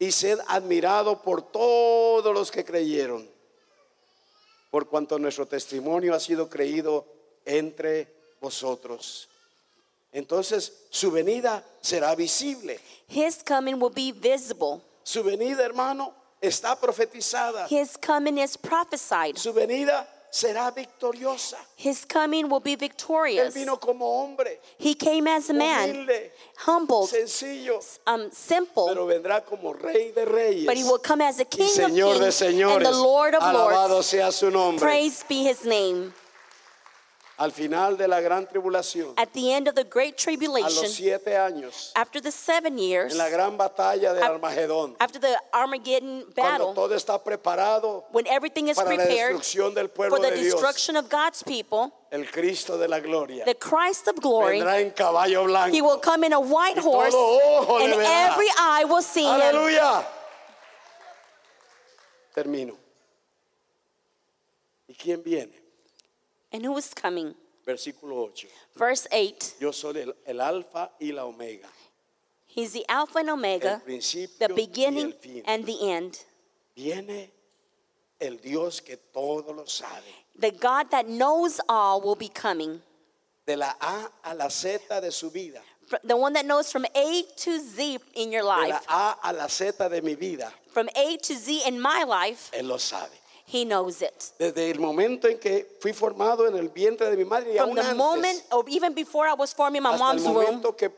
Speaker 3: y ser admirado por todos los que creyeron, por cuanto nuestro testimonio ha sido creído entre vosotros. Entonces su venida será visible.
Speaker 2: His coming will be visible.
Speaker 3: Su venida, hermano, está profetizada.
Speaker 2: His coming is prophesied.
Speaker 3: Su venida será victoriosa.
Speaker 2: His coming will be
Speaker 3: Él
Speaker 2: victorious.
Speaker 3: vino como hombre,
Speaker 2: He came as a man,
Speaker 3: humilde,
Speaker 2: humbled,
Speaker 3: sencillo,
Speaker 2: um, simple,
Speaker 3: pero vendrá como rey de reyes.
Speaker 2: but he will come as a
Speaker 3: y
Speaker 2: king of
Speaker 3: Señor de
Speaker 2: kings and
Speaker 3: señores.
Speaker 2: the Lord of
Speaker 3: Alabado
Speaker 2: lords.
Speaker 3: sea su nombre.
Speaker 2: Praise be his name.
Speaker 3: Al final de la gran tribulación,
Speaker 2: At the end of the great
Speaker 3: a los
Speaker 2: tribulation,
Speaker 3: siete años,
Speaker 2: after the seven
Speaker 3: en
Speaker 2: years,
Speaker 3: la gran batalla del
Speaker 2: Af-
Speaker 3: Armagedón,
Speaker 2: after the Armageddon
Speaker 3: cuando
Speaker 2: battle,
Speaker 3: todo está preparado
Speaker 2: when everything is
Speaker 3: para la
Speaker 2: prepared
Speaker 3: destrucción del
Speaker 2: for
Speaker 3: pueblo
Speaker 2: the
Speaker 3: de Dios,
Speaker 2: destruction of God's people,
Speaker 3: el Cristo de la gloria
Speaker 2: the Christ of glory,
Speaker 3: vendrá en caballo
Speaker 2: he will
Speaker 3: blanco.
Speaker 2: come in a white
Speaker 3: Y
Speaker 2: horse,
Speaker 3: todo ojo le
Speaker 2: and
Speaker 3: verá.
Speaker 2: every eye will see him.
Speaker 3: Aleluya. Termino. ¿Y quién viene?
Speaker 2: And who is coming?
Speaker 3: Versículo 8.
Speaker 2: Verse 8
Speaker 3: Yo soy el, el alfa y la omega,
Speaker 2: He's the Alpha and
Speaker 3: el
Speaker 2: Omega,
Speaker 3: principio
Speaker 2: the
Speaker 3: y el
Speaker 2: beginning
Speaker 3: fin.
Speaker 2: and the end.
Speaker 3: Viene el Dios que todo lo sabe.
Speaker 2: The God that knows all will be coming.
Speaker 3: De la A a la Z de su vida.
Speaker 2: Fr- The one that knows from A to Z in your
Speaker 3: De la
Speaker 2: life,
Speaker 3: A a la Z de mi vida.
Speaker 2: from A to Z in my life,
Speaker 3: Él lo sabe.
Speaker 2: he knows it.
Speaker 3: Desde el momento en que fui formado en el vientre de mi madre y
Speaker 2: From
Speaker 3: aún
Speaker 2: the
Speaker 3: antes,
Speaker 2: moment, or even before I was formed in my
Speaker 3: hasta el
Speaker 2: mom's womb,
Speaker 3: momento que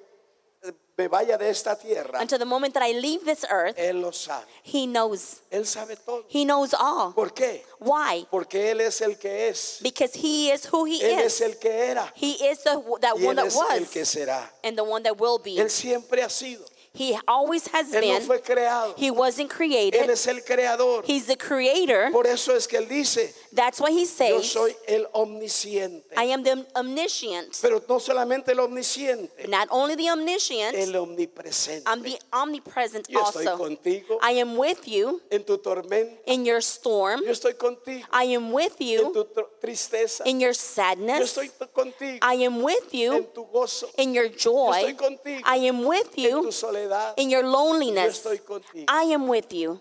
Speaker 3: eh, me vaya de esta tierra,
Speaker 2: until the moment that I leave this earth,
Speaker 3: Él lo sabe.
Speaker 2: He knows.
Speaker 3: Él sabe todo.
Speaker 2: He knows all.
Speaker 3: ¿Por qué?
Speaker 2: Why?
Speaker 3: Porque Él es el que es.
Speaker 2: Because He is who He
Speaker 3: Él es
Speaker 2: is.
Speaker 3: el que era.
Speaker 2: He is the, that
Speaker 3: Y
Speaker 2: one
Speaker 3: Él
Speaker 2: that
Speaker 3: es el que
Speaker 2: was
Speaker 3: será.
Speaker 2: and the one that will be.
Speaker 3: Él siempre ha sido.
Speaker 2: He always has
Speaker 3: Él no
Speaker 2: been.
Speaker 3: fue creado.
Speaker 2: He wasn't
Speaker 3: Él
Speaker 2: created.
Speaker 3: es el creador.
Speaker 2: He's the creator.
Speaker 3: Por eso es que Él dice,
Speaker 2: That's why He
Speaker 3: yo
Speaker 2: says,
Speaker 3: soy el omnisciente.
Speaker 2: I am the omniscient.
Speaker 3: Pero no solamente el omnisciente,
Speaker 2: Not only the omniscient,
Speaker 3: el omnipresente.
Speaker 2: I'm the omnipresent
Speaker 3: Yo estoy
Speaker 2: also.
Speaker 3: contigo
Speaker 2: I am with you
Speaker 3: en tu tormento.
Speaker 2: in your storm.
Speaker 3: Yo estoy contigo
Speaker 2: I am with
Speaker 3: en
Speaker 2: you
Speaker 3: tu tr- tristeza.
Speaker 2: in your
Speaker 3: Yo
Speaker 2: sadness.
Speaker 3: estoy t- contigo
Speaker 2: I am with you
Speaker 3: en tu gozo.
Speaker 2: in your joy.
Speaker 3: estoy contigo
Speaker 2: I am with
Speaker 3: En
Speaker 2: you
Speaker 3: tu soledad.
Speaker 2: in your
Speaker 3: Yo
Speaker 2: loneliness.
Speaker 3: estoy contigo.
Speaker 2: I am with you.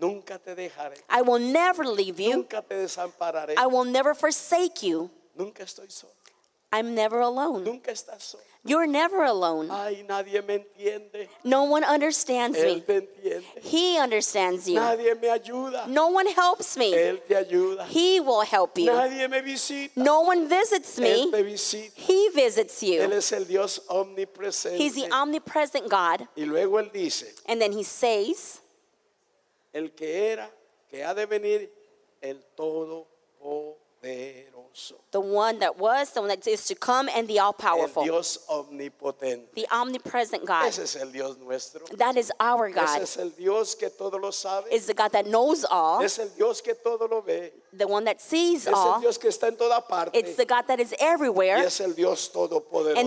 Speaker 3: Nunca te dejaré.
Speaker 2: I will never leave you.
Speaker 3: Nunca te desampararé.
Speaker 2: I will never forsake you.
Speaker 3: Nunca estoy solo.
Speaker 2: I'm never alone.
Speaker 3: Nunca estás solo.
Speaker 2: You're never alone.
Speaker 3: Ay, nadie me entiende.
Speaker 2: No one understands me.
Speaker 3: Él te entiende.
Speaker 2: He understands you.
Speaker 3: Nadie me ayuda.
Speaker 2: No one helps me.
Speaker 3: Él te ayuda.
Speaker 2: He will help you.
Speaker 3: Nadie me visita.
Speaker 2: No one visits
Speaker 3: Él
Speaker 2: me.
Speaker 3: te visita.
Speaker 2: He visits
Speaker 3: Él
Speaker 2: you.
Speaker 3: es el Dios omnipresente.
Speaker 2: He's the omnipresent God.
Speaker 3: y luego él dice,
Speaker 2: And then he says,
Speaker 3: el que era, que ha de venir, el todopoderoso,
Speaker 2: the one that was, the one that is to come, and the all
Speaker 3: el
Speaker 2: powerful,
Speaker 3: Dios omnipotente.
Speaker 2: the omnipresent God.
Speaker 3: Ese es el Dios nuestro.
Speaker 2: That is our
Speaker 3: Ese
Speaker 2: God.
Speaker 3: es el Dios que todo lo sabe.
Speaker 2: Is the God that knows all,
Speaker 3: Es el Dios que todo lo ve.
Speaker 2: the one that sees
Speaker 3: Es el
Speaker 2: all.
Speaker 3: Dios que está en toda parte.
Speaker 2: It's the God that is
Speaker 3: Y
Speaker 2: everywhere,
Speaker 3: es el Dios
Speaker 2: and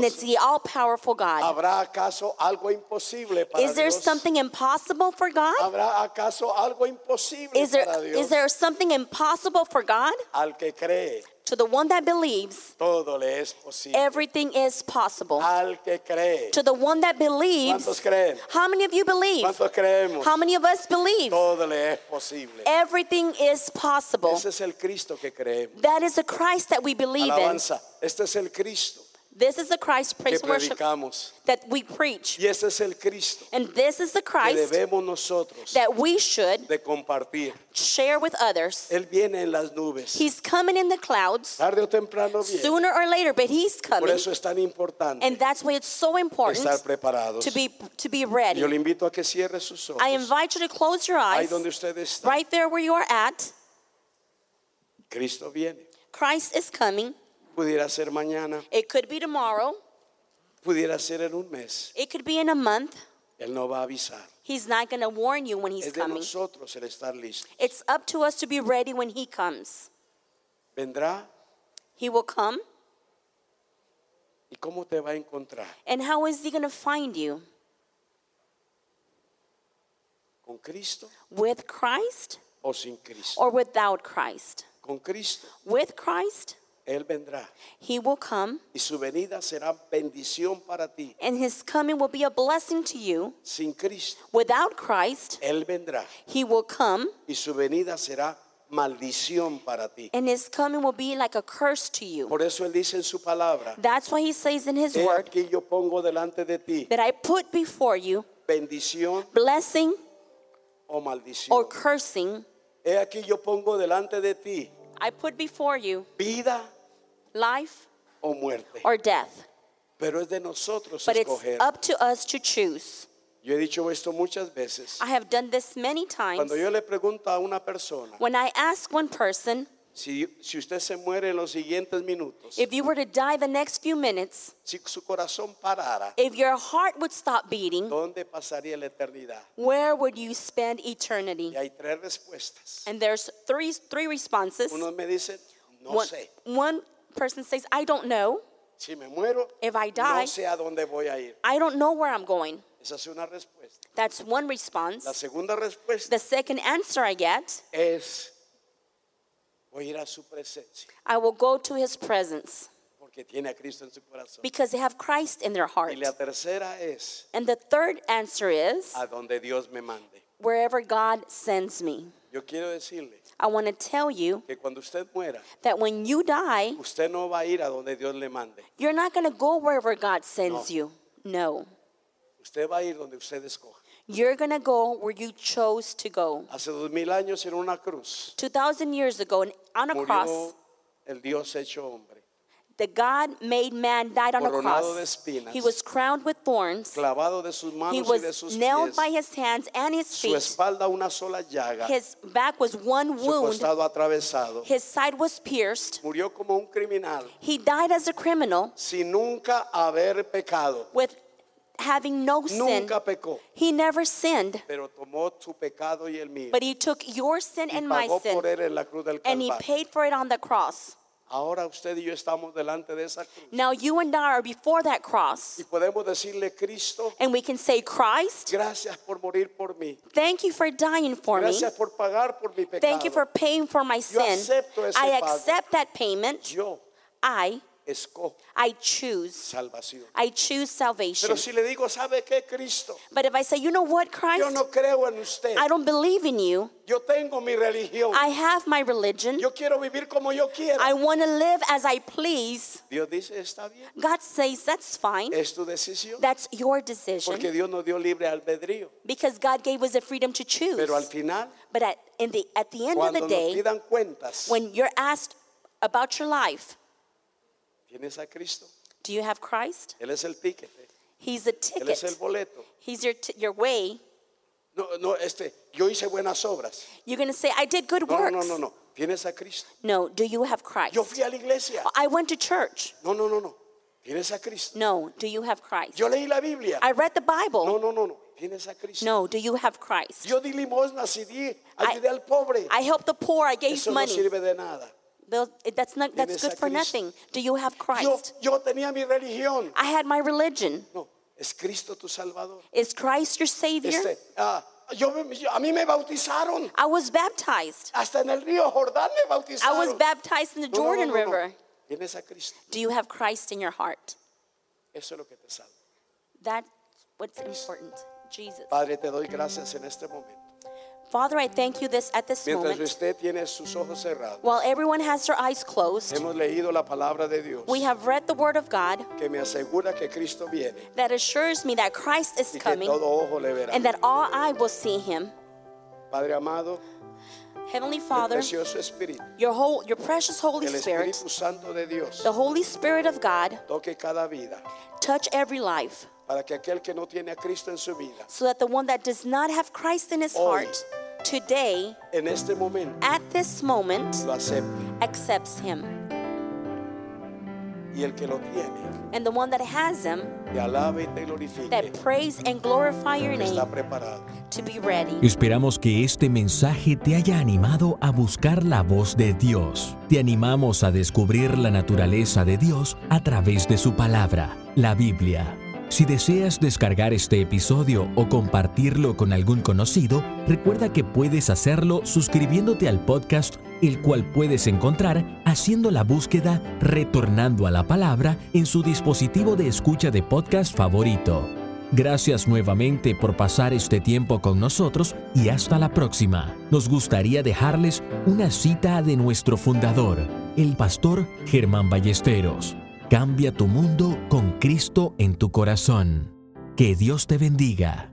Speaker 2: it's
Speaker 3: todopoderoso.
Speaker 2: the all powerful God.
Speaker 3: ¿Habrá acaso algo imposible para
Speaker 2: Is there
Speaker 3: Dios?
Speaker 2: something impossible for God?
Speaker 3: ¿Habrá acaso algo imposible
Speaker 2: Is there,
Speaker 3: para Dios?
Speaker 2: is there something impossible for God?
Speaker 3: Al que cree,
Speaker 2: To the one that believes,
Speaker 3: todo le es posible.
Speaker 2: everything is possible.
Speaker 3: Al que cree.
Speaker 2: To the one that
Speaker 3: ¿Cuántos
Speaker 2: believes,
Speaker 3: creen?
Speaker 2: how many of you believe?
Speaker 3: ¿Cuántos creemos?
Speaker 2: How many of us believe?
Speaker 3: Todo le es posible.
Speaker 2: Everything is possible.
Speaker 3: Ese es el Cristo que creemos.
Speaker 2: That is the Christ that we believe in.
Speaker 3: Alabanza. Este es el Cristo
Speaker 2: This is the Christ,
Speaker 3: que
Speaker 2: praise and worship,
Speaker 3: predicamos.
Speaker 2: that we preach.
Speaker 3: Y este es el Cristo
Speaker 2: And this is the
Speaker 3: que
Speaker 2: Christ
Speaker 3: debemos nosotros
Speaker 2: that we should
Speaker 3: de compartir.
Speaker 2: share with others.
Speaker 3: Él viene en las nubes.
Speaker 2: He's coming in the clouds
Speaker 3: Tarde o temprano viene.
Speaker 2: sooner or later, but he's
Speaker 3: Por
Speaker 2: coming.
Speaker 3: eso es tan importante
Speaker 2: And that's why it's so important
Speaker 3: estar preparados.
Speaker 2: to be to be
Speaker 3: Yo
Speaker 2: ready.
Speaker 3: le invito a que cierre sus ojos.
Speaker 2: I invite you to close your
Speaker 3: Ahí
Speaker 2: eyes
Speaker 3: donde usted está.
Speaker 2: right there where you are at.
Speaker 3: Cristo viene.
Speaker 2: Christ is coming.
Speaker 3: Pudiera ser mañana,
Speaker 2: It could be tomorrow.
Speaker 3: pudiera ser en un mes.
Speaker 2: It could be in a month.
Speaker 3: Él no va a avisar.
Speaker 2: He's not going to warn you when he's
Speaker 3: Es de
Speaker 2: coming.
Speaker 3: nosotros el estar listo.
Speaker 2: It's up to us to be ready when he comes.
Speaker 3: Vendrá
Speaker 2: He will come.
Speaker 3: y cómo te va a encontrar.
Speaker 2: And how is he going to find you?
Speaker 3: ¿Con Cristo
Speaker 2: With Christ
Speaker 3: o sin Cristo?
Speaker 2: or without Christ?
Speaker 3: Con Cristo.
Speaker 2: With Christ,
Speaker 3: Él vendrá
Speaker 2: he will come,
Speaker 3: y su venida será bendición para ti.
Speaker 2: and his coming will be a blessing to you.
Speaker 3: Sin Cristo,
Speaker 2: Without Christ,
Speaker 3: Él vendrá
Speaker 2: he will come,
Speaker 3: y su venida será maldición para ti.
Speaker 2: and his coming will be like a curse to you.
Speaker 3: Por eso Él dice en su palabra,
Speaker 2: That's why he says in his
Speaker 3: he
Speaker 2: word
Speaker 3: aquí yo pongo delante de ti
Speaker 2: that I put before you
Speaker 3: bendición
Speaker 2: blessing
Speaker 3: o maldición.
Speaker 2: or cursing.
Speaker 3: He aquí yo pongo delante de ti
Speaker 2: I put before you
Speaker 3: vida
Speaker 2: life
Speaker 3: o muerte.
Speaker 2: or death.
Speaker 3: Pero es de nosotros
Speaker 2: But it's
Speaker 3: escoger.
Speaker 2: up to us to choose.
Speaker 3: Yo he dicho esto muchas veces.
Speaker 2: I have done this many times.
Speaker 3: Cuando yo le pregunto a una persona,
Speaker 2: When I ask one person,
Speaker 3: si, si usted se muere en los siguientes minutos,
Speaker 2: If you were to die the next few minutes,
Speaker 3: si su corazón parara,
Speaker 2: if your heart would stop beating,
Speaker 3: ¿dónde pasaría la eternidad?
Speaker 2: where would you spend eternity?
Speaker 3: Y hay tres respuestas.
Speaker 2: And there's three three responses.
Speaker 3: Uno me dice, no
Speaker 2: One,
Speaker 3: sé.
Speaker 2: one person says, "I don't know.
Speaker 3: Si me muero,
Speaker 2: If I
Speaker 3: no
Speaker 2: die-
Speaker 3: sé a dónde voy a ir.
Speaker 2: I don't know where I'm going."
Speaker 3: Esa es una respuesta.
Speaker 2: That's one
Speaker 3: La
Speaker 2: response.
Speaker 3: segunda respuesta
Speaker 2: The second answer I get,
Speaker 3: es, voy a ir a su presencia,
Speaker 2: I will go to his presence
Speaker 3: porque tiene a Cristo en su corazón.
Speaker 2: because they have Christ in their
Speaker 3: Y
Speaker 2: heart.
Speaker 3: la tercera es,
Speaker 2: And the third answer is
Speaker 3: a donde Dios me mande.
Speaker 2: wherever God sends me.
Speaker 3: Yo quiero decirle
Speaker 2: I want to tell you
Speaker 3: que cuando usted muera,
Speaker 2: that when you die,
Speaker 3: usted no va a ir a donde Dios le mande.
Speaker 2: You're not going to go wherever God sends
Speaker 3: No.
Speaker 2: you. No.
Speaker 3: Usted va a ir donde usted escoja.
Speaker 2: You're going to go where you chose to go.
Speaker 3: Hace dos mil años en una cruz
Speaker 2: 2,000 years ago, and on a cross,
Speaker 3: murió el Dios hecho hombre.
Speaker 2: that God made man died on a
Speaker 3: Coronado de
Speaker 2: cross.
Speaker 3: espinas.
Speaker 2: He was crowned with thorns.
Speaker 3: clavado de sus
Speaker 2: He
Speaker 3: manos y de
Speaker 2: was
Speaker 3: sus
Speaker 2: nailed
Speaker 3: pies,
Speaker 2: by his hands and his
Speaker 3: su
Speaker 2: feet.
Speaker 3: espalda una sola llaga,
Speaker 2: His back was one
Speaker 3: su
Speaker 2: wound.
Speaker 3: costado atravesado.
Speaker 2: His side was pierced.
Speaker 3: Murió como un criminal
Speaker 2: He died as a criminal
Speaker 3: sin nunca haber pecado.
Speaker 2: with having no sin.
Speaker 3: Nunca pecó,
Speaker 2: He never sinned,
Speaker 3: pero tomó su pecado y el mío.
Speaker 2: but he took your sin
Speaker 3: Y
Speaker 2: and my
Speaker 3: pagó
Speaker 2: sin
Speaker 3: por él en la cruz del
Speaker 2: and he
Speaker 3: Calvario.
Speaker 2: paid for it on the cross.
Speaker 3: Ahora usted y yo estamos delante de esa cruz.
Speaker 2: Now you and I are before that cross
Speaker 3: Y podemos decirle, Cristo,
Speaker 2: and we can say, Christ,
Speaker 3: gracias por morir por mí.
Speaker 2: thank you for dying for me.
Speaker 3: Gracias por pagar por mi pecado.
Speaker 2: Thank you for paying for my sin.
Speaker 3: acepto ese
Speaker 2: I
Speaker 3: pago.
Speaker 2: accept that payment.
Speaker 3: Yo
Speaker 2: I
Speaker 3: escojo
Speaker 2: I choose.
Speaker 3: salvación.
Speaker 2: I choose salvation.
Speaker 3: Pero si le digo, ¿sabe qué, Cristo?
Speaker 2: But if I say, you know what,
Speaker 3: Yo
Speaker 2: Christ,
Speaker 3: no creo en usted.
Speaker 2: I don't believe in you.
Speaker 3: Yo tengo mi religión.
Speaker 2: I have my religion.
Speaker 3: Yo quiero vivir como yo quiero.
Speaker 2: I want to live as I please.
Speaker 3: Dios dice, está bien.
Speaker 2: God says that's fine.
Speaker 3: Es tu decisión.
Speaker 2: That's your decision.
Speaker 3: Eh, Porque Dios nos dio libre albedrío.
Speaker 2: Because God gave us the freedom to choose.
Speaker 3: Pero al final,
Speaker 2: but at, in the, at the end of
Speaker 3: cuando
Speaker 2: the
Speaker 3: nos
Speaker 2: day,
Speaker 3: pidan cuentas,
Speaker 2: when you're asked about your life,
Speaker 3: tienes a Cristo.
Speaker 2: do you have Christ?
Speaker 3: Él es el ticket.
Speaker 2: He's a
Speaker 3: Él es el
Speaker 2: ticket.
Speaker 3: boleto.
Speaker 2: He's your, t- your way.
Speaker 3: No, no, este, yo hice buenas obras.
Speaker 2: You're going to say, I did good
Speaker 3: No,
Speaker 2: works.
Speaker 3: no, no, no. Tienes a Cristo.
Speaker 2: No, do you have Christ? Oh,
Speaker 3: Yo fui a la iglesia.
Speaker 2: I went to church.
Speaker 3: No, no, no, no. Tienes a Cristo.
Speaker 2: No, do you have Christ?
Speaker 3: Yo leí la Biblia.
Speaker 2: I read the Bible.
Speaker 3: No, no, no, no. Tienes a Cristo.
Speaker 2: No, do you have Christ?
Speaker 3: Yo di limosnas y di, ayudé al pobre.
Speaker 2: I helped the poor. I gave
Speaker 3: Eso no
Speaker 2: money.
Speaker 3: sirve de nada.
Speaker 2: Those- That's not. That's
Speaker 3: Tienes
Speaker 2: good
Speaker 3: a
Speaker 2: for
Speaker 3: Cristo.
Speaker 2: nothing. Do you have
Speaker 3: Yo,
Speaker 2: Christ?
Speaker 3: yo tenía mi religión.
Speaker 2: I had my religion.
Speaker 3: No, es Cristo tu Salvador.
Speaker 2: Is Christ your Savior?
Speaker 3: Este, ah, yo, me- yo- a mí me bautizaron.
Speaker 2: I was baptized.
Speaker 3: Hasta en el río Jordán me
Speaker 2: I
Speaker 3: bautizaron.
Speaker 2: was baptized in the
Speaker 3: No, no, no,
Speaker 2: Jordan
Speaker 3: no, no.
Speaker 2: River.
Speaker 3: Tienes a Cristo.
Speaker 2: Do you have Christ in your heart?
Speaker 3: Eso es lo que te salva.
Speaker 2: That's what's important. Jesus.
Speaker 3: Padre, te doy gracias en este momento.
Speaker 2: Father, I thank you this at this
Speaker 3: Mientras
Speaker 2: moment.
Speaker 3: usted tiene sus ojos cerrados,
Speaker 2: While everyone has their eyes closed,
Speaker 3: hemos leído la palabra de Dios
Speaker 2: we have read the Word of God
Speaker 3: que me asegura que Cristo viene.
Speaker 2: that assures me that Christ is
Speaker 3: y que
Speaker 2: coming
Speaker 3: todo ojo le verá.
Speaker 2: and that all I will see Him.
Speaker 3: Padre amado,
Speaker 2: Heavenly
Speaker 3: el
Speaker 2: Father,
Speaker 3: precioso Espíritu,
Speaker 2: your whole, your precious Holy
Speaker 3: el
Speaker 2: Spirit,
Speaker 3: Espíritu Santo de Dios,
Speaker 2: the Holy Spirit of God,
Speaker 3: toque cada vida
Speaker 2: touch every life,
Speaker 3: para que aquel que no tiene a Cristo en su vida,
Speaker 2: so that the one that does not have Christ in his
Speaker 3: Hoy.
Speaker 2: heart today,
Speaker 3: en este momento,
Speaker 2: at this moment,
Speaker 3: lo acepte.
Speaker 2: accepts Him,
Speaker 3: Y el que lo tiene,
Speaker 2: and the one that has Him,
Speaker 3: te alabe y te
Speaker 2: that
Speaker 3: glorifique.
Speaker 2: praise and glorify Your
Speaker 3: que Está
Speaker 2: name
Speaker 3: preparado.
Speaker 2: to be ready.
Speaker 1: Esperamos que este mensaje te haya animado a buscar la voz de Dios. Te animamos a descubrir la naturaleza de Dios a través de su palabra, la Biblia. Si deseas descargar este episodio o compartirlo con algún conocido, recuerda que puedes hacerlo suscribiéndote al podcast, el cual puedes encontrar haciendo la búsqueda Retornando a la Palabra en su dispositivo de escucha de podcast favorito. Gracias nuevamente por pasar este tiempo con nosotros y hasta la próxima. Nos gustaría dejarles una cita de nuestro fundador, el pastor Germán Ballesteros. Cambia tu mundo con Cristo en tu corazón. Que Dios te bendiga.